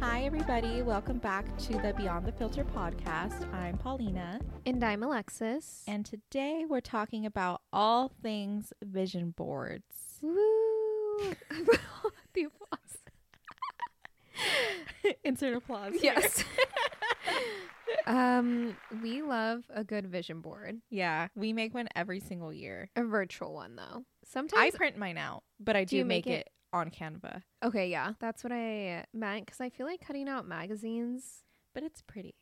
Hi, everybody. Welcome back to the Beyond the Filter podcast. I'm Paulina, And I'm Alexis. and today we're talking about all things vision boards. woo! the applause. Insert applause. Yes. um, we love a good vision board. Yeah, we make one every single year. A virtual one though. I Sometimes print mine out, but I do, Do you make, make it on Canva. Okay, yeah. That's what I meant cuz I feel like cutting out magazines But it's pretty.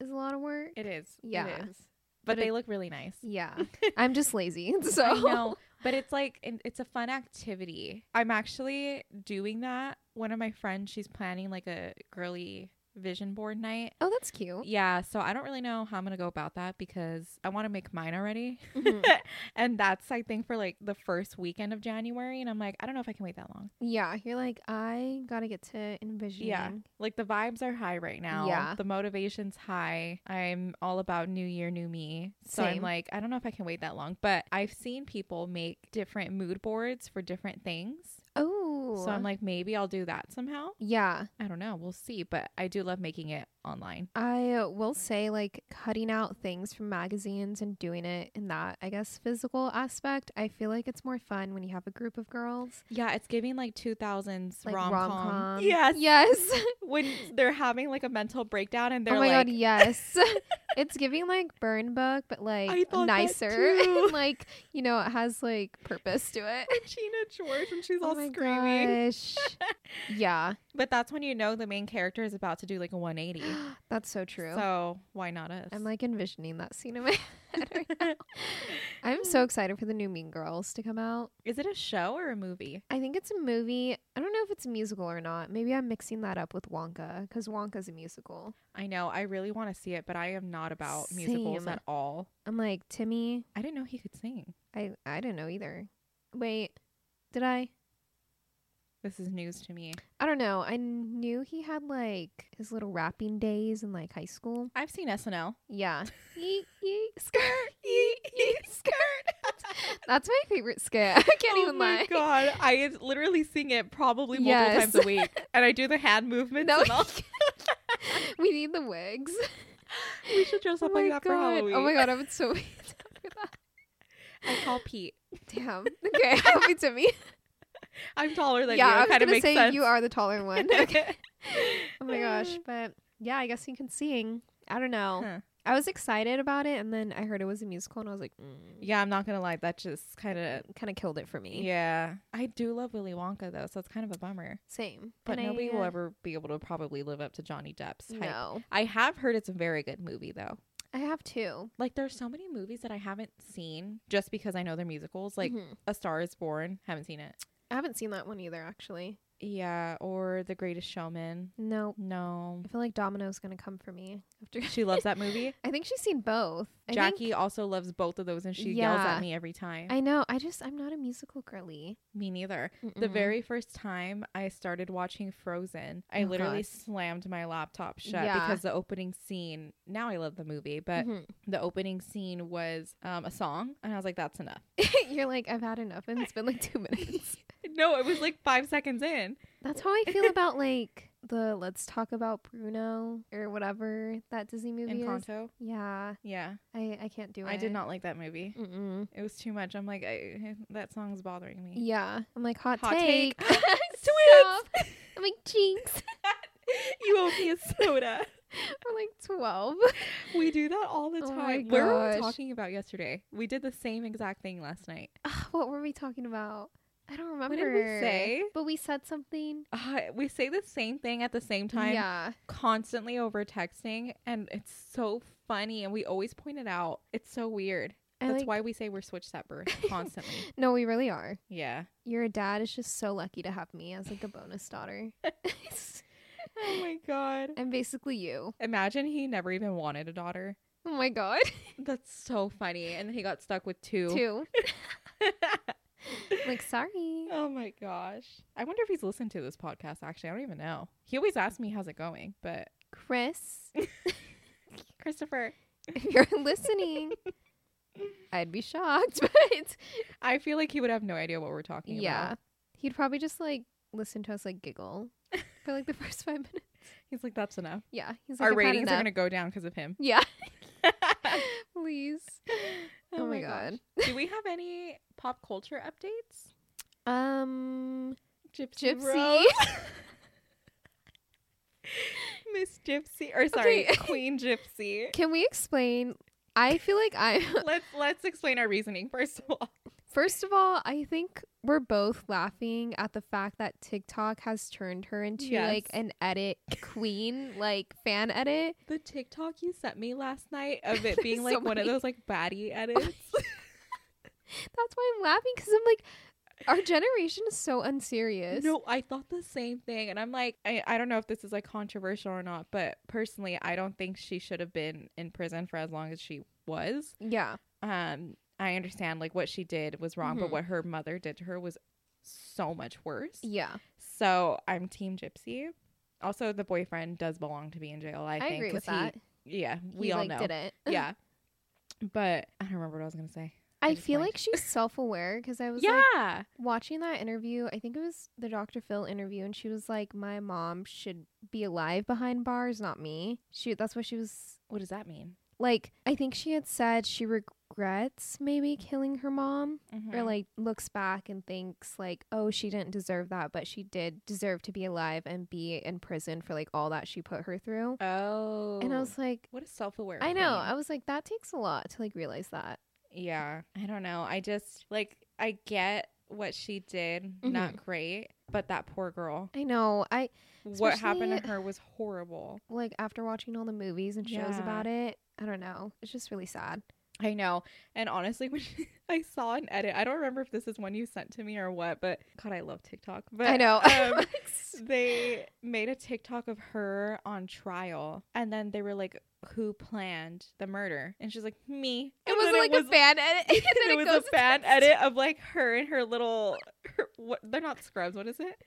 is a lot of work. It is. Yeah. It Oh. is. But, But they it- look really nice. Yeah. I'm just lazy. So I know, but it's like and it's a fun activity. I'm actually doing that. One of my friends, she's planning like a girly vision board night. Oh, that's cute. Yeah, so I don't really know how I'm gonna go about that because I want to make mine already, Mhm. and that's I think for like the first weekend of January, and I'm like, I don't know if I can wait that long. Yeah, you're like I got to get to envisioning. Like the vibes are high right now. Yeah. the motivation's high. I'm all about new year, new me. So I'm Same. like, I don't know if I can wait that long, but I've seen people make different mood boards for different things. Oh. So I'm like, maybe I'll do that somehow. yeah, I don't know. We'll see. But I do love making it online. I uh, will say, like, cutting out things from magazines and doing it in that, I guess, physical aspect, I feel like it's more fun when you have a group of girls. Yeah, it's giving like 2000s Like rom com. rom-com. Yes. Yes. When they're having like a mental breakdown and oh they're my like, God, yes. it's giving, like, burn book, but, I like, thought that nicer. too. and, like, you know, it has, like, purpose to it. Gina George, and she's oh all my screaming. gosh. yeah, But that's when you know the main character is about to do like a 180. that's so true. So why not us? I'm like envisioning that scene in my head right now. I'm so excited for the new Mean Girls to come out. is it a show or a movie? I think it's a movie. I don't know if it's a musical or not. Maybe I'm mixing that up with Wonka because Wonka's a musical. I know. I really want to see it, but I am not about musicals Same. at all. I'm like Timmy. I didn't know he could sing. I I don't know either. Wait, did I? This is news to me. I don't know. I knew he had like his little rapping days in like high school. I've seen SNL. Yeah. Yeet, yeet, skirt, yeet, yeet, skirt. That's my favorite skit. I can't oh even my lie. god, I literally sing it probably multiple Yes. times a week, and I do the hand movements. No. and all. we need the wigs. we should dress Oh up like my that god. for Halloween. Oh my god, I would so be down for that. I call Pete. Damn. Okay, I'll be Timmy. I'm taller than yeah, you. I It was kind of gonna makes say sense. you are the taller one. Okay. oh my gosh, but yeah, I guess you can sing. I don't know. Huh. I was excited about it, and then I heard it was a musical, and I was like, mm, Yeah, I'm not gonna lie. That just kind of. kind of killed it for me. Yeah, I do love Willy Wonka though, so it's kind of a bummer. Same, But And nobody I, will uh, ever be able to probably live up to Johnny Depp's hype. No, I have heard it's a very good movie though. I have two. Like there's so many movies that I haven't seen just because I know they're musicals. Like Mhm. A Star Is Born, haven't seen it. I haven't seen that one either, actually. Yeah, or The Greatest Showman. No, No. I feel like Domino's gonna come for me after. She loves that movie. I think she's seen both. I think- Jackie also loves both of those and she yells Yeah. at me every time. I know. I just I'm not a musical girly. me neither. The Mm-mm. very first time I started watching Frozen, I Oh, literally God. slammed my laptop shut Yeah. because the opening scene, now I love the movie, but Mhm. the opening scene was um, a song and I was like, that's enough. you're like I've had enough, and it's been like two minutes. No, it was like five seconds in. That's how I feel about like the let's talk about Bruno or whatever that Disney movie is. Encanto. Yeah, Yeah. I I can't do it. I did not like that movie. Mm-mm. It was too much. I'm like, I, that song's bothering me. Yeah, I'm like hot, Hot take. take. Twins! Stop. I'm like jinx. you owe me a soda. We're like twelve. We do that all the Oh time. my Where were we gosh. talking about yesterday? We did the same exact thing last night. Ugh, what were we talking about? I don't remember. did we say? But we said something. Uh, we say the same thing at the same time, Yeah. constantly over texting, and it's so funny. And we always point it out. It's so weird. I, That's like- why we say we're switch separate constantly. No, we really are. yeah. Your dad is just so lucky to have me as like a bonus daughter. Oh my god. I'm basically you. Imagine he never even wanted a daughter. Oh my god. That's so funny. And then he got stuck with two. Two. Like sorry. oh my gosh. I wonder if he's listened to this podcast actually. I don't even know. He always asks me how's it going, but Chris, Christopher, if you're listening, I'd be shocked, but I feel like he would have no idea what we're talking yeah, about. he'd probably just like listen to us like giggle for like the first five minutes. Yeah. He's like, that's enough. Yeah, he's Our "I've had ratings are enough." gonna go down because of him. Yeah, Oh please. Oh my gosh. Do we have any pop culture updates? Um, Gypsy, Gypsy. Miss Gypsy, or sorry, Okay. Queen Gypsy. Can we explain? I feel like I Let's let's explain our reasoning first of all. First of all, I think we're both laughing at the fact that TikTok has turned her into Yes. like an edit queen, like fan edit. The TikTok you sent me last night of it being So like one of many. those like baddie edits. That's why I'm laughing because I'm like, our generation is so unserious. No, I thought the same thing. And I'm like, I, I don't know if this is like controversial or not, but personally, I don't think she should have been in prison for as long as she was. Yeah. Um, I understand like what she did was wrong, Mhm. but what her mother did to her was so much worse. Yeah. So I'm Team Gypsy. Also, the boyfriend does belong to be in jail. I, I, think, agree 'cause with he- that. yeah, we He, all like, know. didn't. yeah, but I don't remember what I was gonna say. I I just feel blanked. like she's self aware because I was yeah, like watching that interview. I think it was the Dr. Phil interview, and she was like, My mom should be alive behind bars, not me. She, that's what she was what does that mean? like I think she had said she regrets maybe killing her mom or Mhm. like looks back and thinks like oh she didn't deserve that but she did deserve to be alive and be in prison for like all that she put her through. oh, And I was like what a self-aware. I know. queen. I was like that takes a lot to like realize that. Yeah, I don't know. I just like I get what she did, not Mm-hmm. great, but that poor girl. I know. I what happened to Especially- her was horrible. like after watching all the movies and shows Yeah. about it, I don't know. It's just really sad. I know. And honestly, when I saw an edit, I don't remember if this is one you sent to me or what, but God, I love TikTok. But I know. um, Like, s- they made a TikTok of her on trial, and then they were like, "Who planned the murder?" And she's like, "Me." it And was then like a fan edit. and then it it, was goes a fan edit of like her and her little her, what they're not scrubs what is it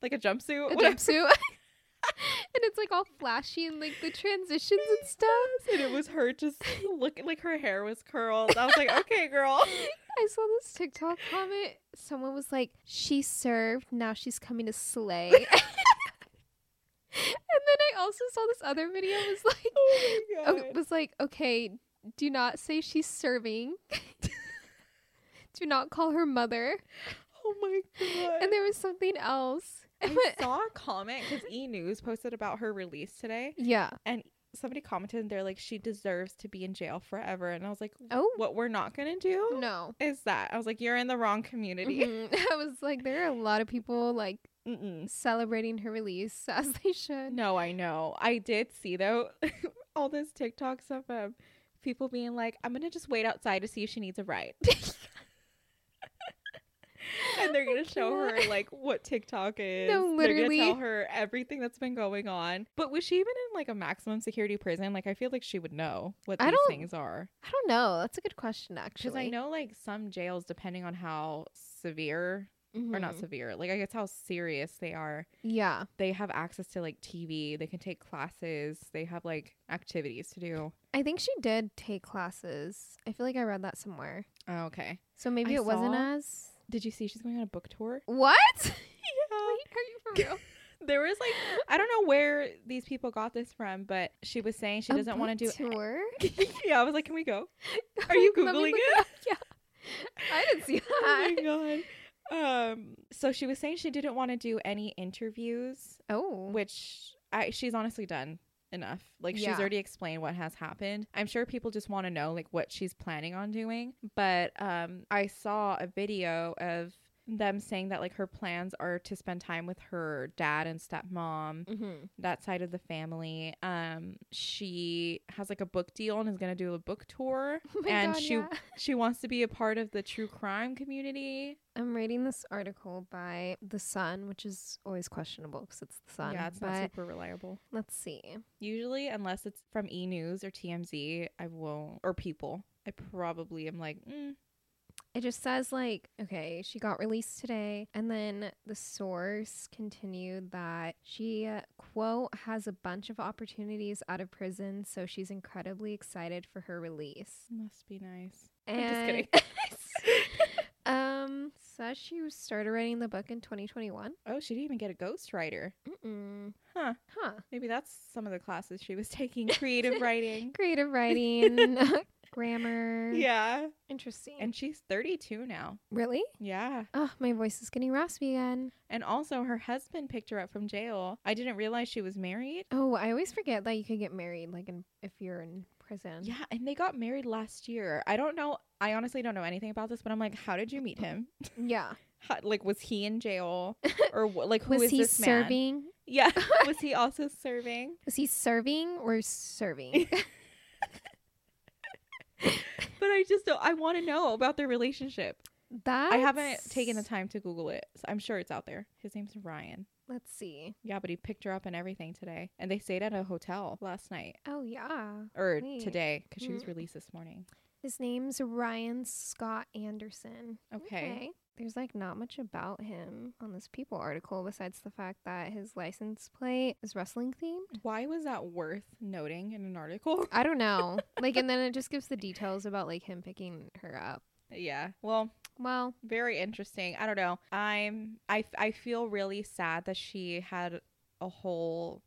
like a jumpsuit a What- jumpsuit. and it's like all flashy and like the transitions and stuff. and it was her just looking like her hair was curled i was like okay girl I saw this TikTok comment. Someone was like, She served, now she's coming to slay. and then I also saw this other video was like oh my god o- was like, okay, do not say she's serving. do not call her mother. oh my god And there was something else. I saw a comment because E News posted about her release today. yeah. Somebody commented and they're like, she deserves to be in jail forever. And I was like, Oh what we're not going to do no. is that. I was like, you're in the wrong community. Mhm. I was like, there are a lot of people like Mm-mm. celebrating her release as they should. No, I know. I did see, though, all this TikToks of um, people being like, I'm going to just wait outside to see if she needs a ride. and they're gonna show her like what TikTok is. literally. They're gonna tell her everything that's been going on. But was she even in like a maximum security prison? Like I feel like she would know what I these don't- things are. I don't know. That's a good question, actually. Because I know like some jails, depending on how severe or not Mhm. severe, like I guess how serious they are, Yeah, they have access to like TV. They can take classes. They have like activities to do. I think she did take classes. I feel like I read that somewhere. Oh, okay. So maybe it wasn't saw- as Did you see she's going on a book tour? what? Yeah. Wait, are you for real? There was like I don't know where these people got this from, but she was saying she A doesn't want to book do tour. yeah, I was like, can we go? Are you Let me Googling look it? up. Yeah, I didn't see that. Oh my god. Um, so she was saying she didn't want to do any interviews, Oh, which I she's honestly done enough. Like she's Yeah. already explained what has happened. I'm sure people just want to know like what she's planning on doing. But um, I saw a video of them saying that like her plans are to spend time with her dad and stepmom Mhm. that side of the family. Um, she has like a book deal and is gonna do a book tour, Oh my and God, she yeah. she wants to be a part of the true crime community. I'm reading this article by The Sun, which is always questionable because it's The Sun. yeah, it's but not super reliable. let's see. Usually, unless it's from E News or TMZ, I won't or People. I probably am like, mm, It just says like, okay, she got released today, and then the source continued that she uh, quote has a bunch of opportunities out of prison, so she's incredibly excited for her release. must be nice. And I'm just kidding. Um, says she started writing the book in 2021. Oh, she didn't even get a ghostwriter. Mm-mm. Huh. Huh. Maybe that's some of the classes she was taking creative writing. Creative writing, grammar. Yeah. Interesting. And she's 32 now. really? Yeah. Oh, my voice is getting raspy again. And also, her husband picked her up from jail. I didn't realize she was married. Oh, I always forget that you could get married like in, if you're in prison. Yeah. And they got married last year. I don't know. I honestly don't know anything about this, but I'm like, how did you meet him? Yeah. How, like, was he in jail? Or wh- like, who is was he this man? serving? Yeah. was he also serving? Was he serving or serving? But I just don't. I want to know about their relationship. That I haven't taken the time to Google it. So I'm sure it's out there. His name's Ryan. Let's see. Yeah, but he picked her up and everything today. And they stayed at a hotel last night Oh yeah, or Wait. today because she was Mm. released this morning. his name's Ryan Scott Anderson. Okay. There's like not much about him on this People article besides the fact that his license plate is wrestling themed. Why was that worth noting in an article? I don't know. like, and then it just gives the details about like him picking her up. yeah. Well, Well, very interesting. I don't know. I'm I f- I feel really sad that she had a whole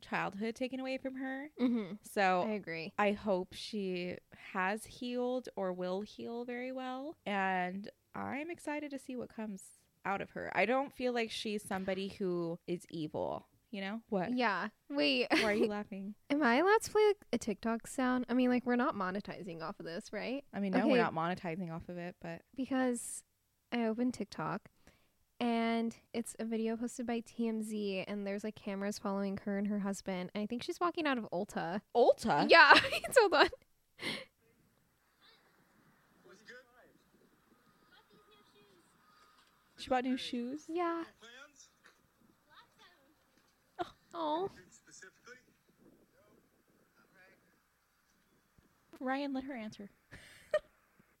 childhood taken away from her. mm-hmm. I So agree. I hope she has healed or will heal very well. And I'm excited to see what comes out of her. I don't feel like she's somebody who is evil, you know? What? Yeah. Wait. Why are you laughing? Am I allowed to play like, a TikTok sound? I mean, like we're not monetizing off of this, right? I mean, no, Okay. we're not monetizing off of it, but because I opened TikTok and it's a video posted by TMZ and there's like cameras following her and her husband. And I think she's walking out of Ulta. Ulta. Yeah, it's hold on. Was it good? She bought new shoes. Yeah. Plans? Oh. Food specifically? Ryan, let her answer.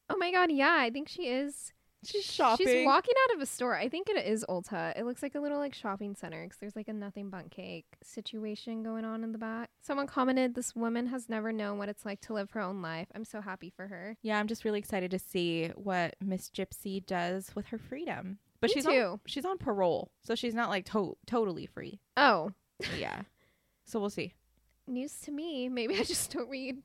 Oh my god, yeah, I think she is. She's shopping. She's walking out of a store. I think it is Ulta. It looks like a little like shopping center because there's like a nothing bun cake situation going on in the back. Someone commented, "This woman has never known what it's like to live her own life. I'm so happy for her." yeah, I'm just really excited to see what Miss Gypsy does with her freedom. But Me she's on too. she's on parole, so she's not like to- totally free. Oh, Yeah. so we'll see. news to me. Maybe I just don't read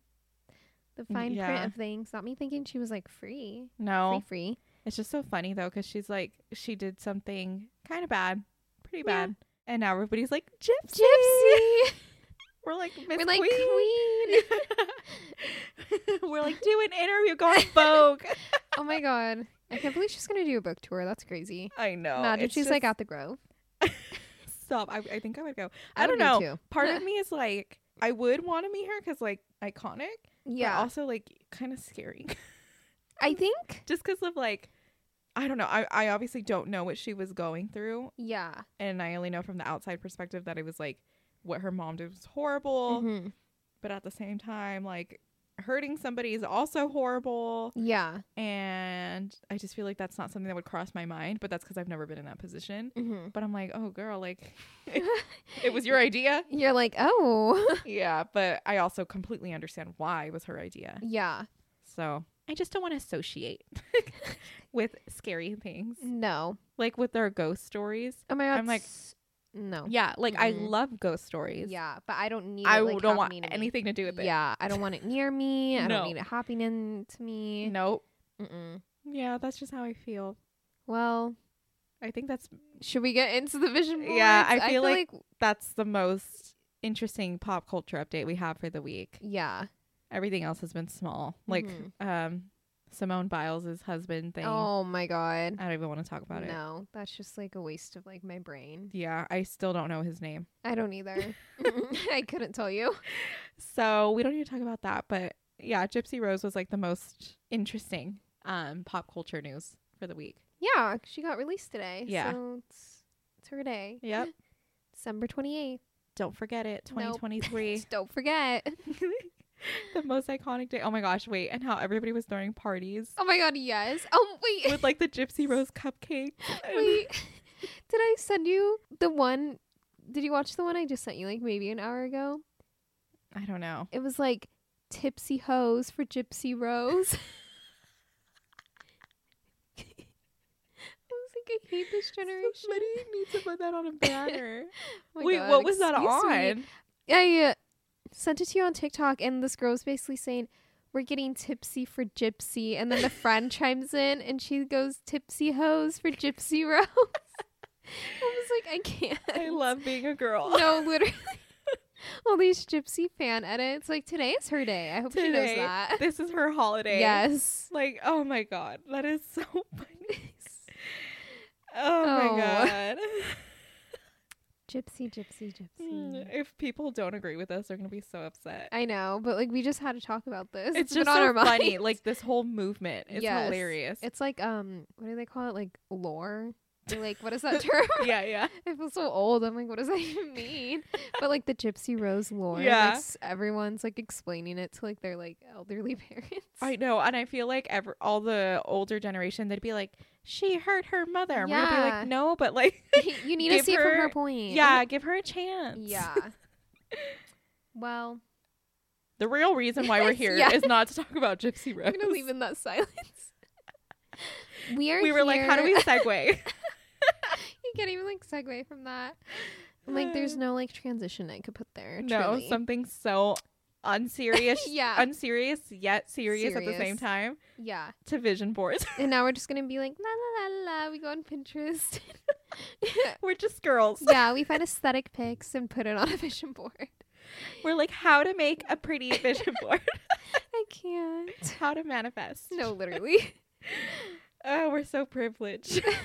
the fine yeah. Oh. print of things. Not me thinking she was like free, No, free, free. it's just so funny though because she's like she did something kind of bad, pretty Yeah. bad, and now everybody's like Gypsy. Gypsy, We're like Miss we're like queen. Queen. We're like do an interview, go on Vogue. oh my god, I can't believe she's gonna do a book tour. That's crazy. I know. Imagine it's she's like just- at the Grove. stop. I, I think I would go. I I, would don't go know. too. Part of me is like I would want to meet her because like iconic. but Yeah, also like kind of scary I think. just because of like i don't know I, I obviously don't know what she was going through Yeah, and i only know from the outside perspective that it was like what her mom did was horrible Mhm. but at the same time like hurting somebody is also horrible yeah, and i just feel like that's not something that would cross my mind but that's because i've never been in that position hmm but i'm like oh girl like it was your idea You're like, oh, yeah but i also completely understand why it was her idea yeah. So I just don't want to associate Mm. with scary things, No. like with their ghost stories. Oh my god. I'm like- s- no. Yeah, like I Mhm. love ghost stories. Yeah, but I don't need. I it, like, don't want happening to me. anything to do with it. Yeah, I don't want it near me. I No. don't need it hopping into me. Nope. Mm-mm. Yeah, that's just how I feel. Well, I think that's should we get into the vision boards? Yeah, I feel like- that's the most interesting pop culture update we have for the week. yeah. Everything else has been small, like Mhm. um, Simone Biles' husband thing. Oh my god. I don't even want to talk about it. No, that's just like a waste of like my brain. Yeah, I still don't know his name. I don't either. I couldn't tell you. So we don't need to talk about that, but yeah, Gypsy Rose was like the most interesting um pop culture news for the week. Yeah, she got released today. Yeah. so it's, it's her day. Yep. December twenty eighth. Don't forget it, Nope. 2023. Don't forget. the most iconic day. Oh my gosh, wait, and how everybody was throwing parties Oh my god. Yes. Oh wait. with like the Gypsy Rose cupcake. Wait, did I send you the one? Did you watch the one I just sent you like maybe an hour ago? I don't know. It was like tipsy hoes for Gypsy Rose. I hate this generation. Somebody needs to put that on a banner. Oh my Wait, God, what was that excuse me. on? I uh, sent it to you on TikTok, and this girl's basically saying, "We're getting tipsy for gypsy," and then the friend chimes in, and she goes, "Tipsy hoes for gypsy rose." I was like, I can't. I love being a girl. No, literally. All these gypsy fan edits. Like today is her day. I hope she knows Today. that. This is her holiday. Yes. Like, oh my god, that is so funny. Oh, Oh. my god. Gypsy, gypsy, gypsy. Mm, if people don't agree with us, they're gonna be so upset. I know, but like we just had to talk about this. It's been just so funny. minds. Like this whole movement. It's Yes. hilarious. it's like um, what do they call it? Like lore. Or, like what is that term? yeah, yeah. I feel so old. I'm like, what does that even mean? but like the Gypsy Rose lore, Yeah. like, s- everyone's like explaining it to like their like elderly parents. I know, and I feel like ever all the older generation, they'd be like, "She hurt her mother." And We're gonna be Yeah. like, "No," but like, you need to Give see it from her her- point. yeah, give her a chance. Yeah. well, The real reason why we're here is Yeah. not to talk about Gypsy Rose. I'm gonna leave in that silence. we are. we were like, "How do we here- segue?" you can't even like segue from that. Like, there's no like transition I could put there. no, truly. something so unserious, Yeah. unserious yet serious, at the same Serious. time yeah. to vision boards. And now we're just gonna be like la la la la. We go on Pinterest. we're just girls. yeah, we find aesthetic pics and put it on a vision board. We're like, "How to make a pretty vision board? I can't. How to manifest?" No, literally. oh, we're so privileged.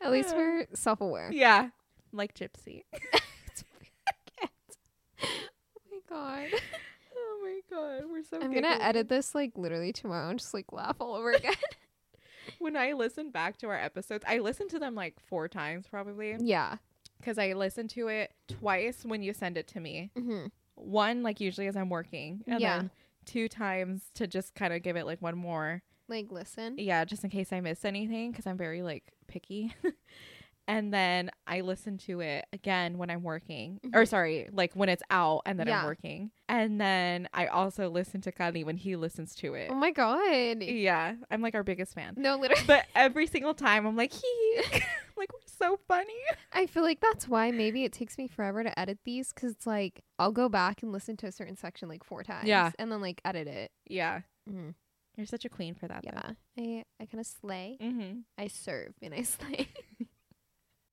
At least we're self-aware. yeah, like Gypsy. Oh my god. Oh my god, we're so. I'm gonna giggly. edit this like literally tomorrow and just like laugh all over again. When I listen back to our episodes, I listened to them like four times probably yeah. because I listened to it twice when you send it to me. Mm-hmm. One like usually as I'm working, and Yeah. then two times to just kind of give it like one more, Like listen. yeah, just in case I miss anything because I'm very like picky. and then I listen to it again when I'm working, or Mhm. sorry, like when it's out and then Yeah. I'm working. And then I also listen to Kali when he listens to it. Oh Mm. my god. Yeah, I'm like our biggest fan. No, literally. But every single time, I'm like, hee, hee." like we're so funny. I feel like that's why maybe it takes me forever to edit these because it's like I'll go back and listen to a certain section like four times. Yeah. And then like edit it. Yeah, Mm. you're such a queen for that. Yeah. I I kind of slay. Though. Mm-hmm. I serve and I slay.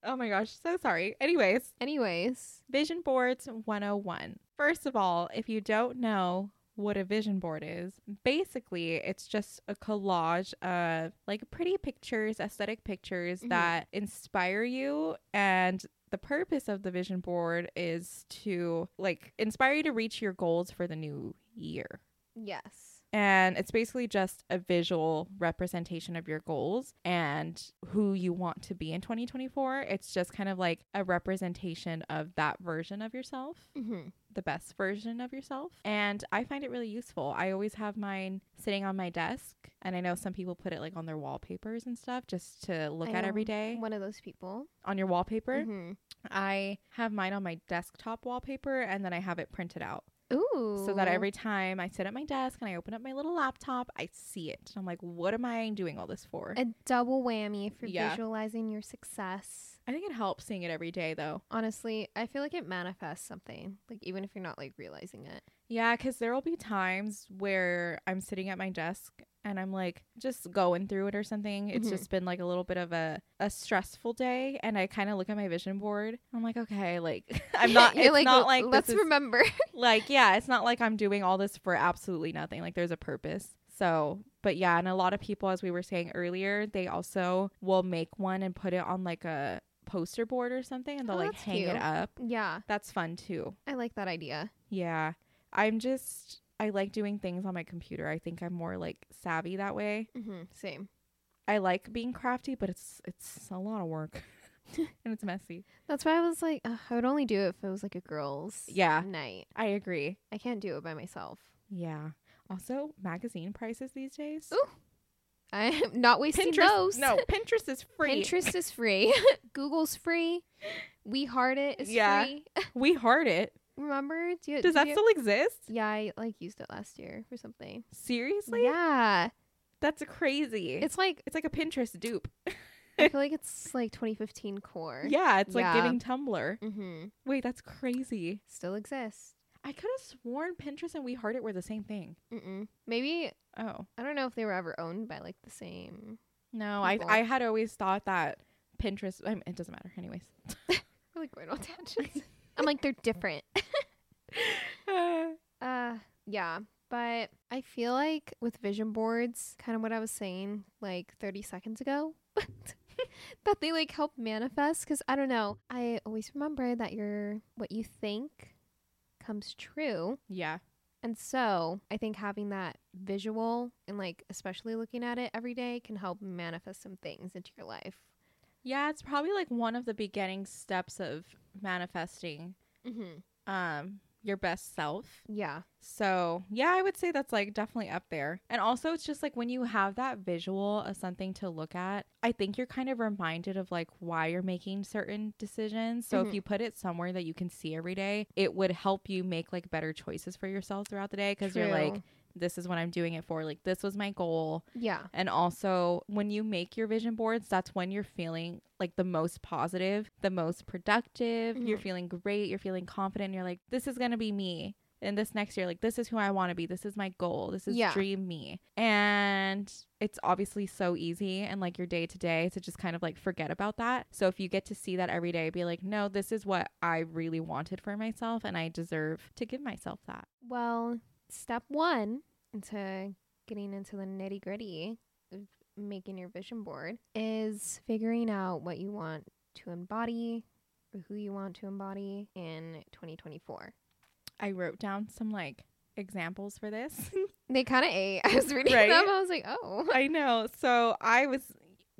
Oh my gosh, so sorry. Anyways, Anyways. vision boards 101. First of all, if you don't know what a vision board is, basically it's just a collage of like pretty pictures, aesthetic pictures Mhm. that inspire you and the purpose of the vision board is to like inspire you to reach your goals for the new year. Yes. And it's basically just a visual representation of your goals and who you want to be in 2024. It's just kind of like a representation of that version of yourself, Mm-hmm. the best version of yourself. And I find it really useful. I always have mine sitting on my desk. And I know some people put it like on their wallpapers and stuff just to look I at know. every day One of those people. on your wallpaper. Mhm. I have mine on my desktop wallpaper and then I have it printed out Ooh. so that every time I sit at my desk and I open up my little laptop, I see it. I'm like, what am I doing all this for? a double whammy for Yeah. visualizing your success. I think it helps seeing it every day though. Honestly, I feel like it manifests something, like even if you're not like realizing it. Yeah, because there will be times where I'm sitting at my desk and I'm like just going through it or something. It's Mhm. just been like a little bit of a, a stressful day. And I kind of look at my vision board. I'm like, okay, like I'm not, You're it's not like, let's this is, remember. like, yeah, it's not like I'm doing all this for absolutely nothing. Like, there's a purpose. So, but yeah, and a lot of people, as we were saying earlier, they also will make one and put it on like a poster board or something and they'll Oh, like that's hang it cute. up. yeah, That's fun too. I like that idea. Yeah. I'm just, I like doing things on my computer. I think I'm more like savvy that way. Mm-hmm. Same. I like being crafty, but it's, it's a lot of work and it's messy. That's why I was like, ugh, I would only do it if it was like a girls' Yeah. night. I agree. I can't do it by myself. Yeah. Also, magazine prices these days. Ooh, I am not wasting those. No, Pinterest is free. Pinterest is free. Google's free. We Heart It is Yeah. free. We heart it. Remember? Do you, Does did that you- still exist? Yeah, I like used it last year for something. Seriously? Yeah. That's crazy. It's It's like it's like a Pinterest dupe. I feel like it's like 2015 core. Yeah, it's like Yeah. giving Tumblr. Mm-hmm. Wait, that's crazy. Still exists. I could have sworn Pinterest and We Heart It were the same thing. Mm-mm. Maybe Oh I don't know if they were ever owned by like the same. no, I People. I had always thought that Pinterest. I mean, it doesn't matter, anyways. Really going on tangents. I'm like they're different. Uh, yeah. But I feel like with vision boards, kind of what I was saying like 30 seconds ago, that they like help manifest. Cause I don't know. I always remember that your what you think comes true. yeah, And so I think having that visual and like especially looking at it every day can help manifest some things into your life. yeah, it's probably like one of the beginning steps of manifesting Mm-hmm. um your best self. Yeah. So, yeah, I would say that's like definitely up there. And also, it's just like when you have that visual of something to look at, I think you're kind of reminded of like why you're making certain decisions. So, Mhm. if you put it somewhere that you can see every day, it would help you make like better choices for yourself throughout the day because you're like, True. this is what I'm doing it for. Like, this was my goal. yeah. And also, when you make your vision boards, that's when you're feeling like the most positive, the most productive. You're Mhm. feeling great. You're feeling confident. and You're like, this is going to be me. And this next year, like, this is who I want to be. This is my goal. This is Yeah. dream me. And it's obviously so easy and like your day to day to just kind of like forget about that. So if you get to see that every day, be like, no, this is what I really wanted for myself. And I deserve to give myself that. Well, step one into getting into the nitty gritty of making your vision board is figuring out what you want to embody or who you want to embody in 2024. I wrote down some like examples for this. They kind of ate. I was reading Right? them. I was like, oh. I know. So I was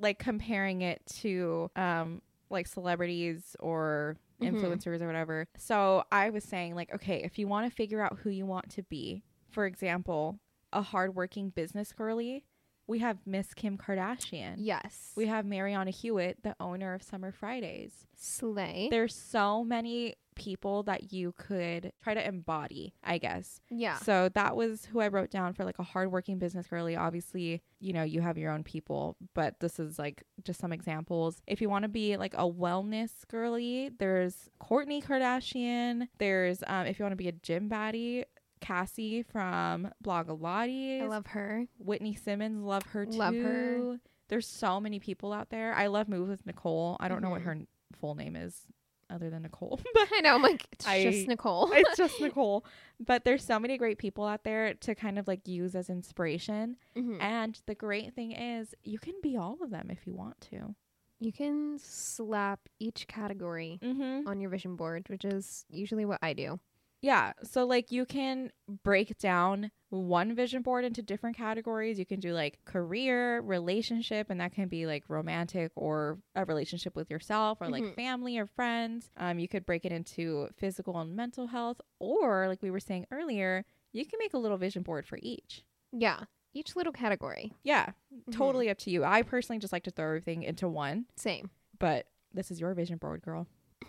like comparing it to um like celebrities or Mhm. influencers or whatever. So I was saying like, okay, if you want to figure out who you want to be, for example, a hardworking business girly, we have Miss Kim Kardashian. Yes. We have Mariana Hewitt, the owner of Summer Fridays. Slay. There's so many people that you could try to embody, I guess. yeah. So that was who I wrote down for like a hardworking business girly. Obviously, you know, you have your own people, but this is like just some examples. If you want to be like a wellness girly, there's Courtney Kardashian. There's um, if you want to be a gym baddie, Cassie from Blogilates. I love her. Whitney Simmons. Love her too. Love her. There's so many people out there. I love Move with Nicole. I don't know what Mhm. her n- full name is other than Nicole. I know. I'm like, it's I- just Nicole. it's just Nicole. But there's so many great people out there to kind of like use as inspiration. Mhm. And the great thing is, you can be all of them if you want to. You can slap each category Mm-hmm. on your vision board, which is usually what I do. Yeah. So, like, you can break down one vision board into different categories. You can do like career, relationship, and that can be like romantic or a relationship with yourself or like Mhm. family or friends. Um, you could break it into physical and mental health, or like we were saying earlier, you can make a little vision board for each. Yeah. Each little category. Yeah. Mhm. totally up to you. I personally just like to throw everything into one, Same. but this is your vision board, girl.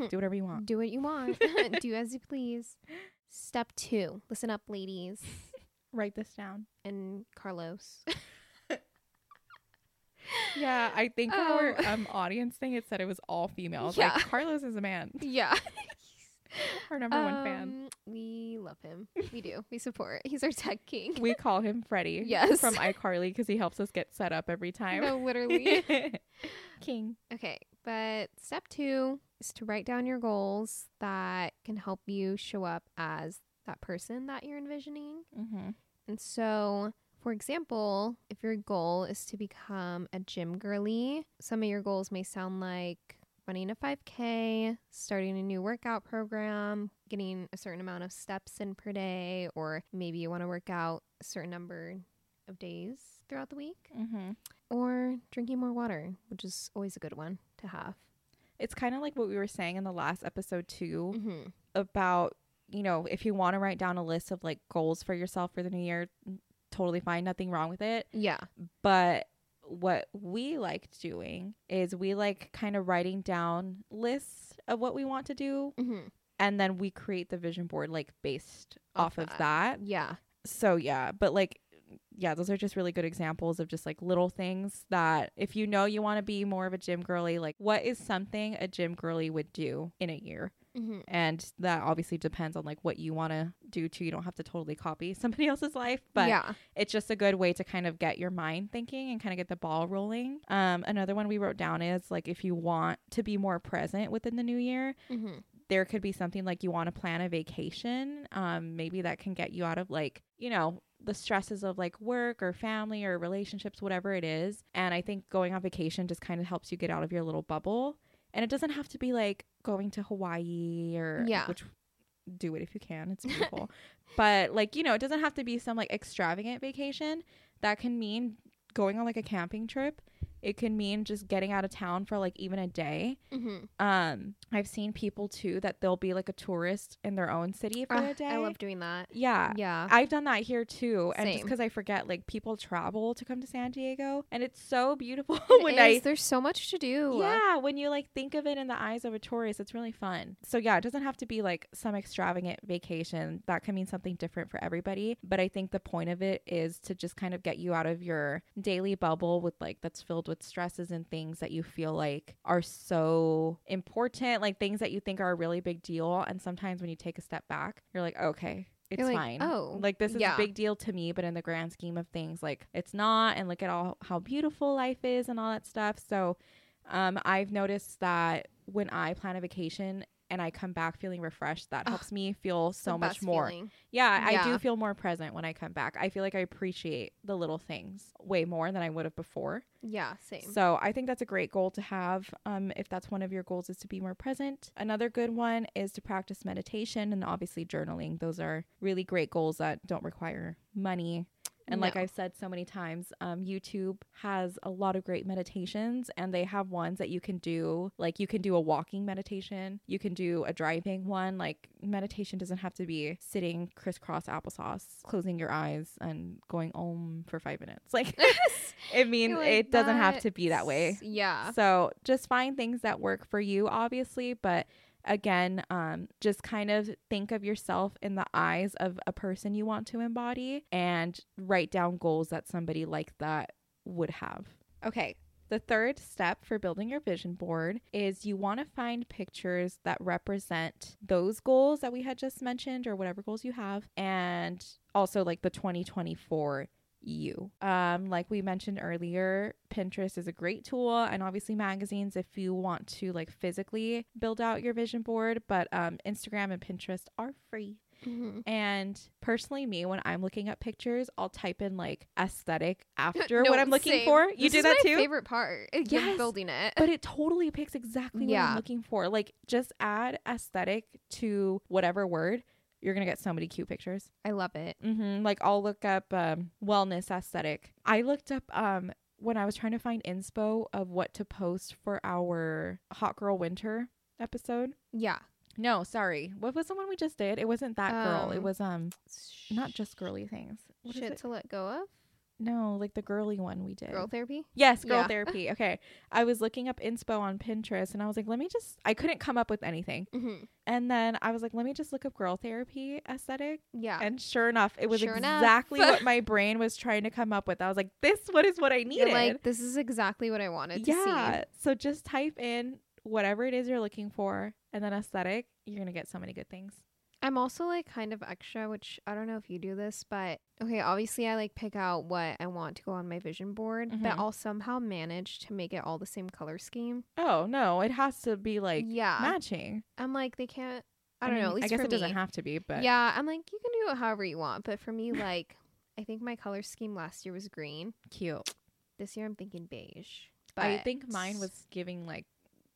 Do whatever you want. Do what you want. Do as you please. Step two. Listen up, ladies Write this down. and Carlos. Yeah, I think Oh. our um, audience thing it said it was all female. Yeah. Yeah. Like Carlos is a man, yeah. our number one fan. Um, We love him. We do. We support. He's our tech king. We call him Freddie. Yes. from iCarly because he helps us get set up every time. No, literally. King. okay. But step two is to write down your goals that can help you show up as that person that you're envisioning. Mm-hmm. And so, for example, if your goal is to become a gym girly, some of your goals may sound like running a 5K, starting a new workout program, getting a certain amount of steps in per day, or maybe you want to work out a certain number of days throughout the week, Mm-hmm. or drinking more water, which is always a good one to have. It's kind of like what we were saying in the last episode too Mm-hmm. about you know if you want to write down a list of like goals for yourself for the new year, totally fine, nothing wrong with it. Yeah. But what we like doing is we like kind of writing down lists of what we want to do Mm-hmm. and then we create the vision board like based Off off of that. Yeah. So yeah, but like yeah, those are just really good examples of just like little things that if you know you want to be more of a gym girly, like what is something a gym girly would do in a year? Mhm. And that obviously depends on like what you want to do too. You don't have to totally copy somebody else's life, but yeah. it's just a good way to kind of get your mind thinking and kind of get the ball rolling. Um, another one we wrote down is like if you want to be more present within the new year, hmm there could be something like you want to plan a vacation. Um, maybe that can get you out of like, you know, the stresses of like work or family or relationships, whatever it is. And I think going on vacation just kind of helps you get out of your little bubble. And it doesn't have to be like going to Hawaii or Yeah. which do it if you can. It's beautiful. but like, you know, it doesn't have to be some like extravagant vacation. That can mean going on like a camping trip. It can mean just getting out of town for like even a day hmm um i've seen people too that they'll be like a tourist in their own city for a Ugh, day Ah, I love doing that. yeah Yeah. I've done that here too, and just Same. because I forget, like people travel to come to San Diego, and it's so beautiful It when is. I, there's so much to do. yeah, when you like think of it in the eyes of a tourist, it's really fun. So yeah, it doesn't have to be like some extravagant vacation. That can mean something different for everybody, but I think the point of it is to just kind of get you out of your daily bubble with like that's filled with stresses and things that you feel like are so important, like things that you think are a really big deal, and sometimes when you take a step back, you're like, okay, it's You're like, fine. "Oh, like this is yeah." a big deal to me, but in the grand scheme of things, like it's not. And look at all how beautiful life is and all that stuff. So, um, I've noticed that when I plan a vacation and I come back feeling refreshed, that Ugh, helps me feel It's the so much best more. feeling. Yeah, I Yeah. do feel more present when I come back. I feel like I appreciate the little things way more than I would have before. Yeah, same. So I think that's a great goal to have. Um, if that's one of your goals, is to be more present. Another good one is to practice meditation and obviously journaling. Those are really great goals that don't require money. And like No. I've said so many times, um, YouTube has a lot of great meditations, and they have ones that you can do. Like you can do a walking meditation, you can do a driving one. Like meditation doesn't have to be sitting crisscross applesauce, closing your eyes, and going om for five minutes. Like it means You're like, it doesn't have "That to be that way. s- Yeah. So just find things that work for you, obviously, but again, um, just kind of think of yourself in the eyes of a person you want to embody and write down goals that somebody like that would have. Okay. The third step for building your vision board is you want to find pictures that represent those goals that we had just mentioned or whatever goals you have and also like the 2024 you. Um, like we mentioned earlier, Pinterest is a great tool, and obviously magazines if you want to like physically build out your vision board. But um, Instagram and Pinterest are free. Mm-hmm. Mhm. And personally, me when I'm looking up pictures, I'll type in like aesthetic after No, what I'm looking same. for. You This do is that my too. Favorite part. Yes. Yes. building it. But it totally picks exactly what Yeah. I'm looking for. Like just add aesthetic to whatever word. You're gonna get so many cute pictures. I love it. Mm-hmm. Like I'll look up um, wellness aesthetic. I looked up um, when I was trying to find inspo of what to post for our Hot Girl Winter episode. Yeah. No, sorry. What was the one we just did? It wasn't that girl. It Um, was um not just girly things. What is shit it? to let go of. No, like the girly one we did. Girl therapy. Yes, girl Yeah. therapy. Okay. I was looking up inspo on Pinterest and I was like, let me just I couldn't come up with anything. hmm And then I was like, let me just look up girl therapy aesthetic Yeah. and sure enough, it was Uh, Sure enough. exactly what my brain was trying to come up with. I was like, this what is what I You're needed. like this is exactly what I wanted to yeah. So just type in whatever it is you're looking for and then aesthetic, you're going to get so many good things. see. I'm also like kind of extra, which I don't know if you do this, but okay, obviously I like pick out what I want to go on my vision board, but Mhm. I'll somehow manage to make it all the same color scheme. Oh, no, it has to be like yeah. matching. I'm like they can't I don't mean, know, at least I guess for it doesn't me. have to be, but Yeah, I'm like, you can do it however you want. But for me, like, I think my color scheme last year was green. cute. This year I'm thinking beige. But I think mine was giving like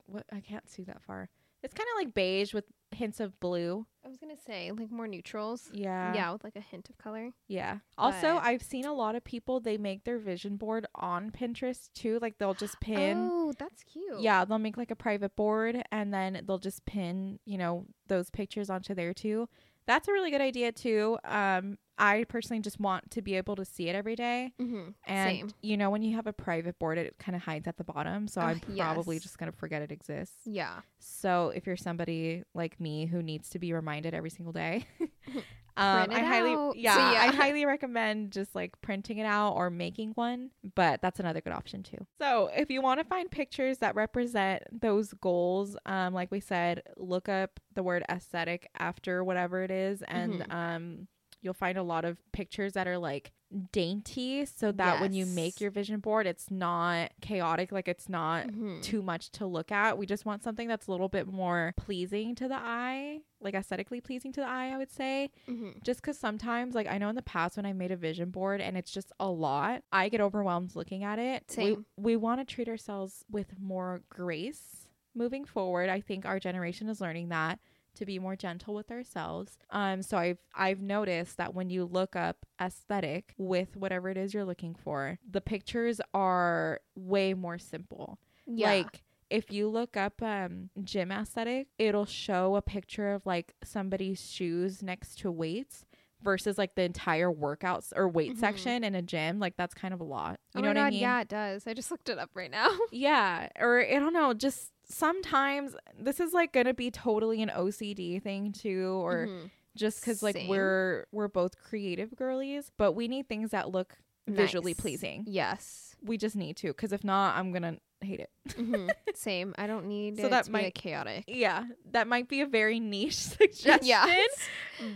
what I can't see that far. It's kind of like beige with hints of blue. I was gonna say, like more neutrals. Yeah. Yeah, with like a hint of color. Yeah. Also, But- I've seen a lot of people they make their vision board on Pinterest too. Like they'll just pin Oh, that's cute. Yeah, they'll make like a private board and then they'll just pin, you know, those pictures onto there too. That's a really good idea too. Um I personally just want to be able to see it every day. Mm-hmm. And Same. you know, when you have a private board, it kind of hides at the bottom. So Ah, I'm probably yes. just going to forget it exists. Yeah. So if you're somebody like me who needs to be reminded every single day, Um, Print I it highly, out. yeah, So, I yeah. highly recommend just like printing it out or making one, but that's another good option too. So, if you want to find pictures that represent those goals, um, like we said, look up the word aesthetic after whatever it is, and Mhm. um, you'll find a lot of pictures that are like dainty, so that when you make Yes. your vision board, it's not chaotic, like it's not Mhm. too much to look at. We just want something that's a little bit more pleasing to the eye, like aesthetically pleasing to the eye, I would say. Mhm. Just because sometimes, like I know in the past when I made a vision board and it's just a lot, I get overwhelmed looking at it. Same. We, we want to treat ourselves with more grace moving forward. I think our generation is learning that to be more gentle with ourselves. Um, so I've I've noticed that when you look up aesthetic with whatever it is you're looking for, the pictures are way more simple. Yeah. Like if you look up um gym aesthetic, it'll show a picture of like somebody's shoes next to weights versus like the entire workouts or weight Mhm. section in a gym. Like that's kind of a lot. You oh know my what god, I mean? yeah, it does. I just looked it up right now. Yeah. Or I don't know, just sometimes this is like gonna be totally an OCD thing too, or Mhm. just because like Same. we're we're both creative girlies, but we need things that look visually Nice. pleasing. Yes. We just need to, because if not, I'm gonna hate it. Mhm. Same. I don't need So it that to be a might- chaotic. Yeah, that might be a very niche suggestion, Yes.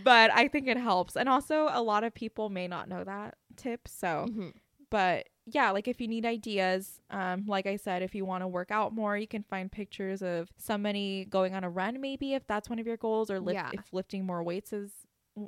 but I think it helps. And also, a lot of people may not know that tip. So, Mhm. but yeah, like if you need ideas, um, like I said, if you want to work out more, you can find pictures of somebody going on a run, maybe if that's one of your goals, or lift, Yeah. if lifting more weights is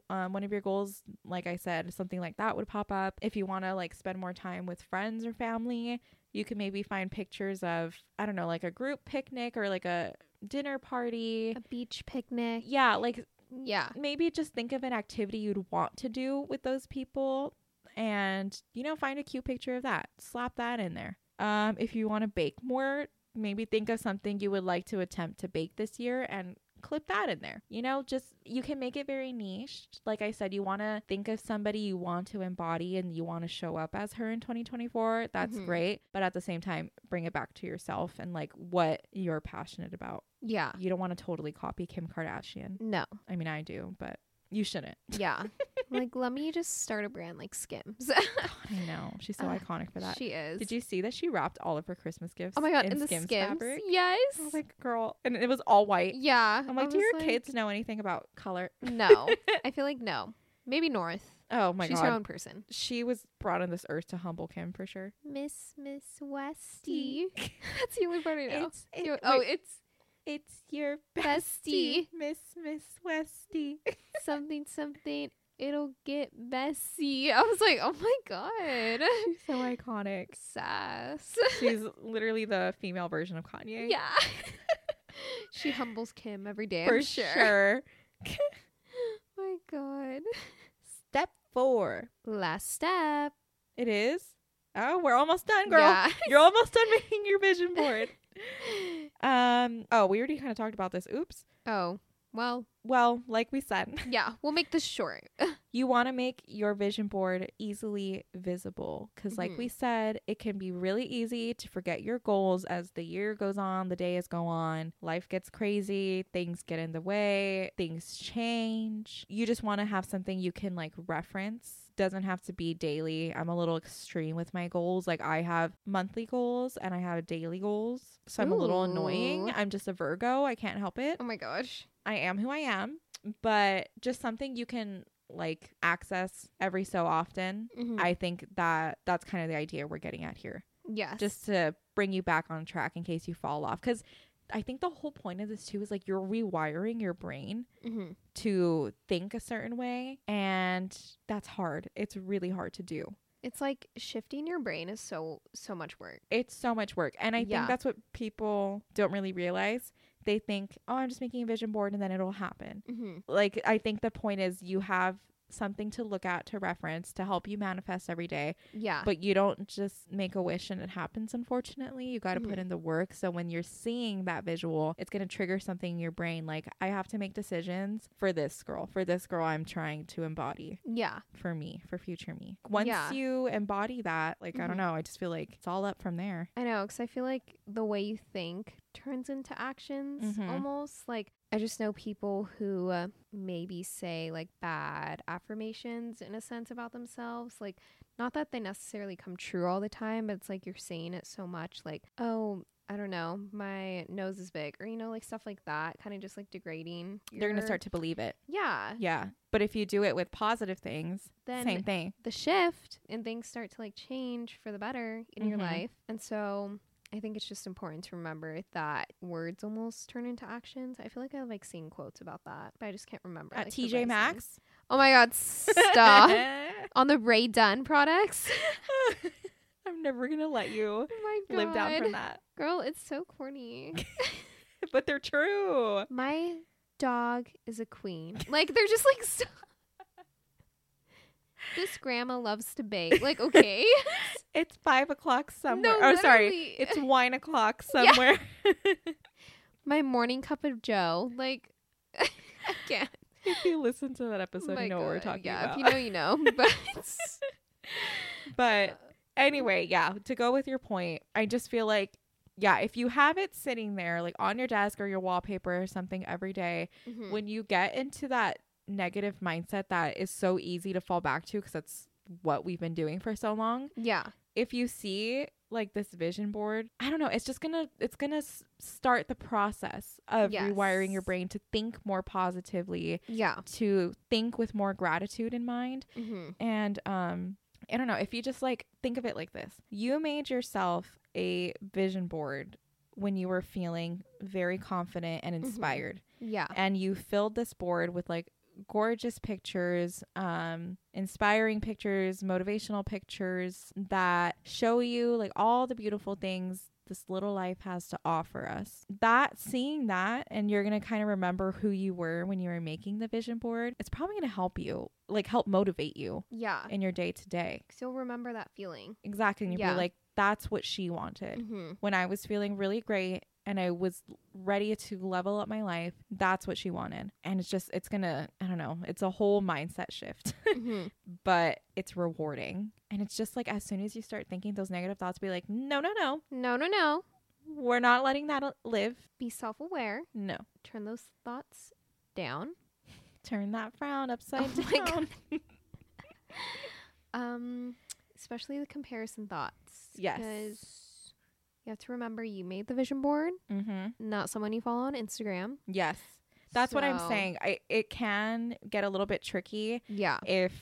um, one of your goals. Like I said, something like that would pop up. If you want to like spend more time with friends or family, you can maybe find pictures of I don't know, like a group picnic or like a dinner party. A beach picnic. Yeah, like Yeah. maybe just think of an activity you'd want to do with those people and you know find a cute picture of that slap that in there um, if you want to bake more maybe think of something you would like to attempt to bake this year and clip that in there you know just you can make it very niche like i said you want to think of somebody you want to embody and you want to show up as her in 2024 that's Mhm. great but at the same time bring it back to yourself and like what you're passionate about Yeah. you don't want to totally copy kim kardashian No. I mean, I do, but you shouldn't. Yeah. like let me just start a brand like Skims. I know she's so Uh, iconic for that. She is. Did you see that she wrapped all of her Christmas gifts? Oh my god, in, in, the Skims, Skims, fabric. Oh Yes. I was like, girl, and it was all white. yeah. I'm like, I do your was like, kids know anything about color? No. I feel like no. Maybe North. Oh my She's god, her own person. she was brought on this earth to humble Kim for sure. Miss Miss Westy. That's the only part I know. It's You- it, oh, wait, it's it's your bestie. bestie, Miss Miss Westy. something something. It'll get messy. I was like, oh my god. she's so iconic. Sass. She's literally the female version of Kanye. yeah. she humbles Kim every day. I'm for sure. sure. Oh my god. Step four. Last step. It is. Oh, we're almost done, girl. Yeah. You're almost done making your vision board. Um. Oh, we already kind of talked about this. Oops. Oh, well, Well, like we said, yeah, we'll make this short. you want to make your vision board easily visible because, like Mhm. we said, it can be really easy to forget your goals as the year goes on, the days go on, life gets crazy, things get in the way, things change. You just want to have something you can like reference. Doesn't have to be daily. I'm a little extreme with my goals. Like, I have monthly goals and I have daily goals. So I'm a little annoying. Ooh. I'm just a Virgo. I can't help it. Oh my gosh. I am who I am, but just something you can like access every so often. Mhm. I think that that's kind of the idea we're getting at here. yes. Just to bring you back on track in case you fall off cuz I think the whole point of this too is like you're rewiring your brain Mhm. to think a certain way and that's hard. It's really hard to do. It's like shifting your brain is so so much work. It's so much work. And I Yeah. think that's what people don't really realize. They think, "Oh, I'm just making a vision board and then it'll happen." Mm-hmm. like I think the point is you have something to look at to reference to help you manifest every day Yeah. but you don't just make a wish and it happens unfortunately you got to put Mhm. in the work so when you're seeing that visual it's going to trigger something in your brain like i have to make decisions for this girl for this girl i'm trying to embody yeah. for me for future me once Yeah. you embody that like i Mhm. don't know i just feel like it's all up from there I know, because I feel like the way you think turns into actions Mhm. almost. Like, I just know people who uh, maybe say like bad affirmations in a sense about themselves. Like, not that they necessarily come true all the time, but it's like you're saying it so much, like, oh, I don't know, my nose is big, or you know, like stuff like that, kind of just like degrading. They're going to your- start to believe it. Yeah. Yeah. But if you do it with positive things, Then same thing. the shift and things start to like change for the better in your Mhm. life. And so I think it's just important to remember that words almost turn into actions. I feel like I've like seen quotes about that, but I just can't remember. At like, the TJ right Maxx. ones. Oh my god, stop. On the Ray Dunn products. I'm never going to let you oh my god. live down from that. Girl, it's so corny. But they're true. my dog is a queen. Like they're just like so This grandma loves to bake. Like, okay. It's five o'clock somewhere. No, oh, sorry. literally. It's wine o'clock Yeah. somewhere. my morning cup of joe like i can't if you listen to that episode, Oh My you know what we're God. talking yeah about. if you know you know but but anyway, yeah, to go with your point, I just feel like, yeah, if you have it sitting there, like on your desk or your wallpaper or something every day, Mhm. when you get into that negative mindset that is so easy to fall back to because that's what we've been doing for so long, yeah if you see like this vision board i don't know it's just gonna it's gonna s- start the process of Yes. rewiring your brain to think more positively yeah to think with more gratitude in mind hmm and um i don't know if you just like think of it like this you made yourself a vision board when you were feeling very confident and inspired yeah and you filled this board with like gorgeous pictures um inspiring pictures motivational pictures that show you like all the beautiful things this little life has to offer us that seeing that and you're gonna kind of remember who you were when you were making the vision board it's probably gonna help you like help motivate you yeah in your day to day so remember that feeling exactly and you'll Yeah. be like that's what she wanted hmm when I was feeling really great and I was ready to level up my life, that's what she wanted. And it's just, it's gonna, I don't know, it's a whole mindset shift, hmm but it's rewarding. And it's just like as soon as you start thinking those negative thoughts, be like, no, no, no, no no no we're not letting that al- live. be self-aware No, turn those thoughts down turn that frown upside Oh my down. um especially the comparison thoughts Yes. because you have to remember you made the vision board Mm-hmm. not someone you follow on instagram Yes, that's what I'm So, saying. I, it can get a little bit tricky yeah if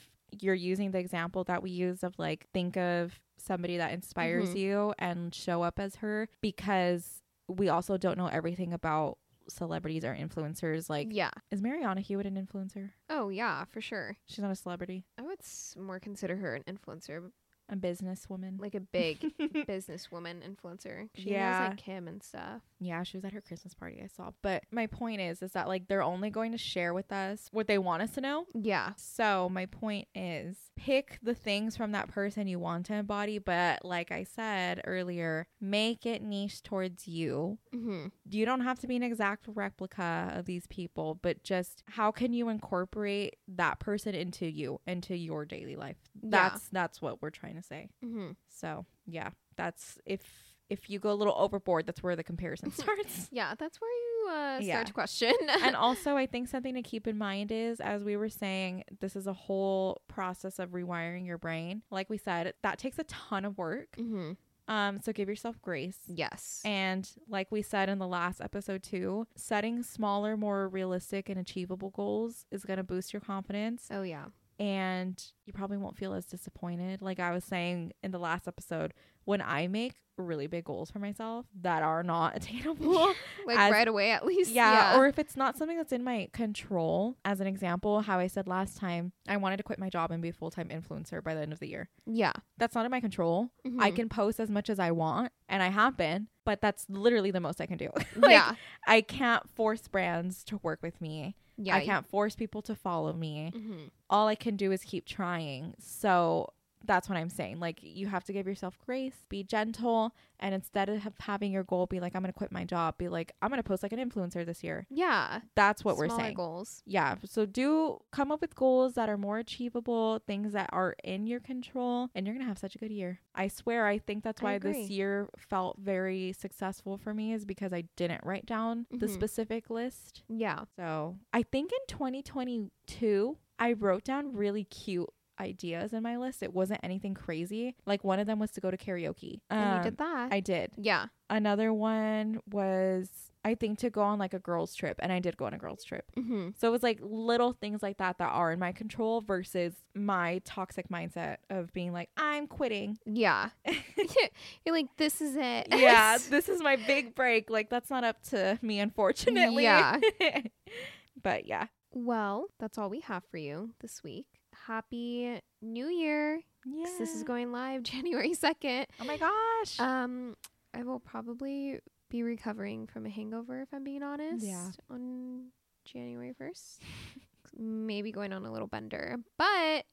you're using the example that we use of like think of somebody that inspires Mhm. you and show up as her because we also don't know everything about celebrities or influencers like yeah is mariana hewitt an influencer oh yeah for sure she's not a celebrity I would s- more consider her an influencer, b- a businesswoman like a big businesswoman influencer. She knows Yeah. like Kim and stuff. yeah she was at her christmas party i saw but my point is is that like they're only going to share with us what they want us to know Yeah, So, my point is pick the things from that person you want to embody, but like I said earlier, make it niche towards you. hmm You don't have to be an exact replica of these people, but just how can you incorporate that person into you, into your daily life? That's that's what we're trying to say. hmm So, yeah, that's if if you go a little overboard, that's where the comparison starts. yeah. That's where you uh, start Yeah. to question. and also i think something to keep in mind is as we were saying this is a whole process of rewiring your brain like we said that takes a ton of work hmm um so give yourself grace Yes. and like we said in the last episode too setting smaller more realistic and achievable goals is going to boost your confidence oh yeah. and you probably won't feel as disappointed like i was saying in the last episode when i make really big goals for myself that are not attainable Like As- right away, at least. yeah, or if it's not something that's in my control. As an example, how I said last time, I wanted to quit my job and be a full time influencer by the end of the year. yeah. That's not in my control. I Mhm. can post as much as I want, and I have been, but that's literally the most I can do. like, yeah. I can't force brands to work with me. Yeah. I can't force people to follow me. hmm All I can do is keep trying. So that's what I'm saying. Like, you have to give yourself grace, be gentle, and instead of have- having your goal be like, I'm going to quit my job, be like, I'm going to post like an influencer this year. Yeah. That's what we're Smaller saying. Goals. Yeah. So do come up with goals that are more achievable, things that are in your control, and you're going to have such a good year. I swear, I think that's I why this agree. year felt very successful for me, is because I didn't write down the Mhm. specific list. Yeah. So I think in 2022, I wrote down really cute ideas in my list. It wasn't anything crazy. Like one of them was to go to karaoke. and you Um, did that. I did. yeah. Another one was, I think, to go on like a girls' trip. And I did go on a girls' trip. Mm-hmm. So it was like little things like that that are in my control versus my toxic mindset of being like, I'm quitting. Yeah. You're like, this is it. Yeah, this is my big break. Like, that's not up to me, unfortunately. Yeah. but yeah. well, that's all we have for you this week. Happy New Year. 'cause This is Yeah. going live January 2nd. Oh my gosh. Um, I will probably be recovering from a hangover if I'm being honest. On January first, maybe going on a little bender, but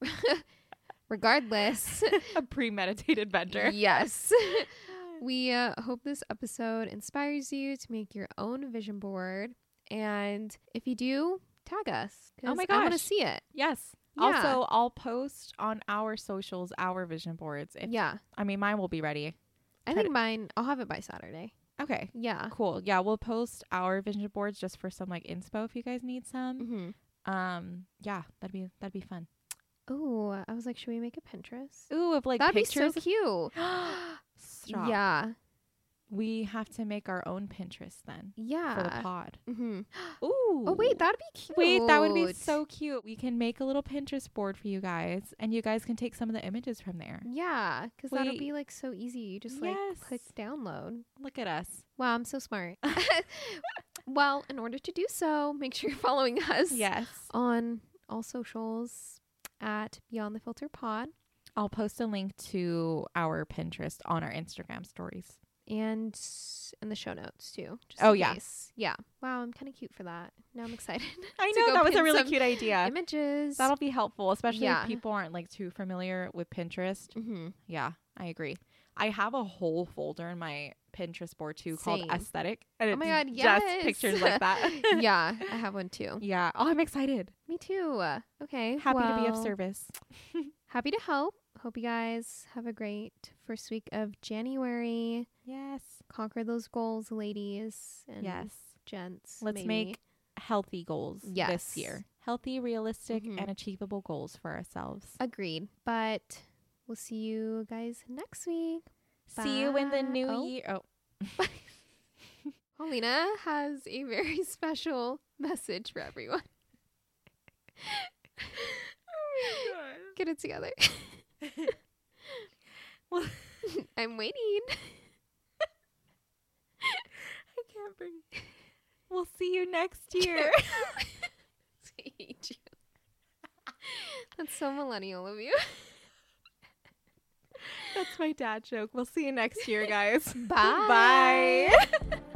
regardless, a premeditated bender. yes. We uh, hope this episode inspires you to make your own vision board, and if you do, tag us. Oh my 'cause I want to gosh. see it. Yes. Yeah. Also, I'll post on our socials our vision boards. If, yeah, I mean, mine will be ready. I cut think it. mine. I'll have it by Saturday. Okay. Yeah. Cool. Yeah, we'll post our vision boards just for some like inspo if you guys need some. Mm-hmm. Um, yeah, that'd be that'd be fun. Oh, I was like, should we make a Pinterest? Ooh, of like That'd pictures. be so cute. Stop. Yeah. We have to make our own Pinterest then Yeah. for the pod. Mm-hmm. Ooh. Oh wait, that'd be cute. Wait, that would be so cute. We can make a little Pinterest board for you guys, and you guys can take some of the images from there. Yeah, because that'll Wait. be like so easy. You just like click Yes. download. Look at us. Wow, I'm so smart. well, in order to do so, make sure you're following us. Yes. On all socials at Beyond the Filter Pod, I'll post a link to our Pinterest on our Instagram stories. and in the show notes too. Just Oh, in yeah. case. Yeah. Wow, I'm kind of cute for that. Now I'm excited. I to go pin some cute idea. Images. That'll be helpful, especially Yeah. if people aren't like too familiar with Pinterest. hmm Yeah, I agree. I have a whole folder in my Pinterest board too Same. called aesthetic, and Oh it's my God, yes. just pictures like that. yeah, I have one too. yeah. Oh, I'm excited. Me too. Okay. Happy to be of well, service. Happy to help. Hope you guys have a great first week of January. Yes. Conquer those goals, ladies and Yes. gents. Let's maybe. make healthy goals Yes. this year. Healthy, realistic, Mhm. and achievable goals for ourselves. agreed. But we'll see you guys next week. See you in the Bye. new Oh. year. Oh. Paulina has a very special message for everyone. Oh Get it together. Well, I'm waiting. I can't bring. We'll see you next year. I hate you. That's so millennial of you. That's my dad joke. We'll see you next year, guys. Bye. Bye.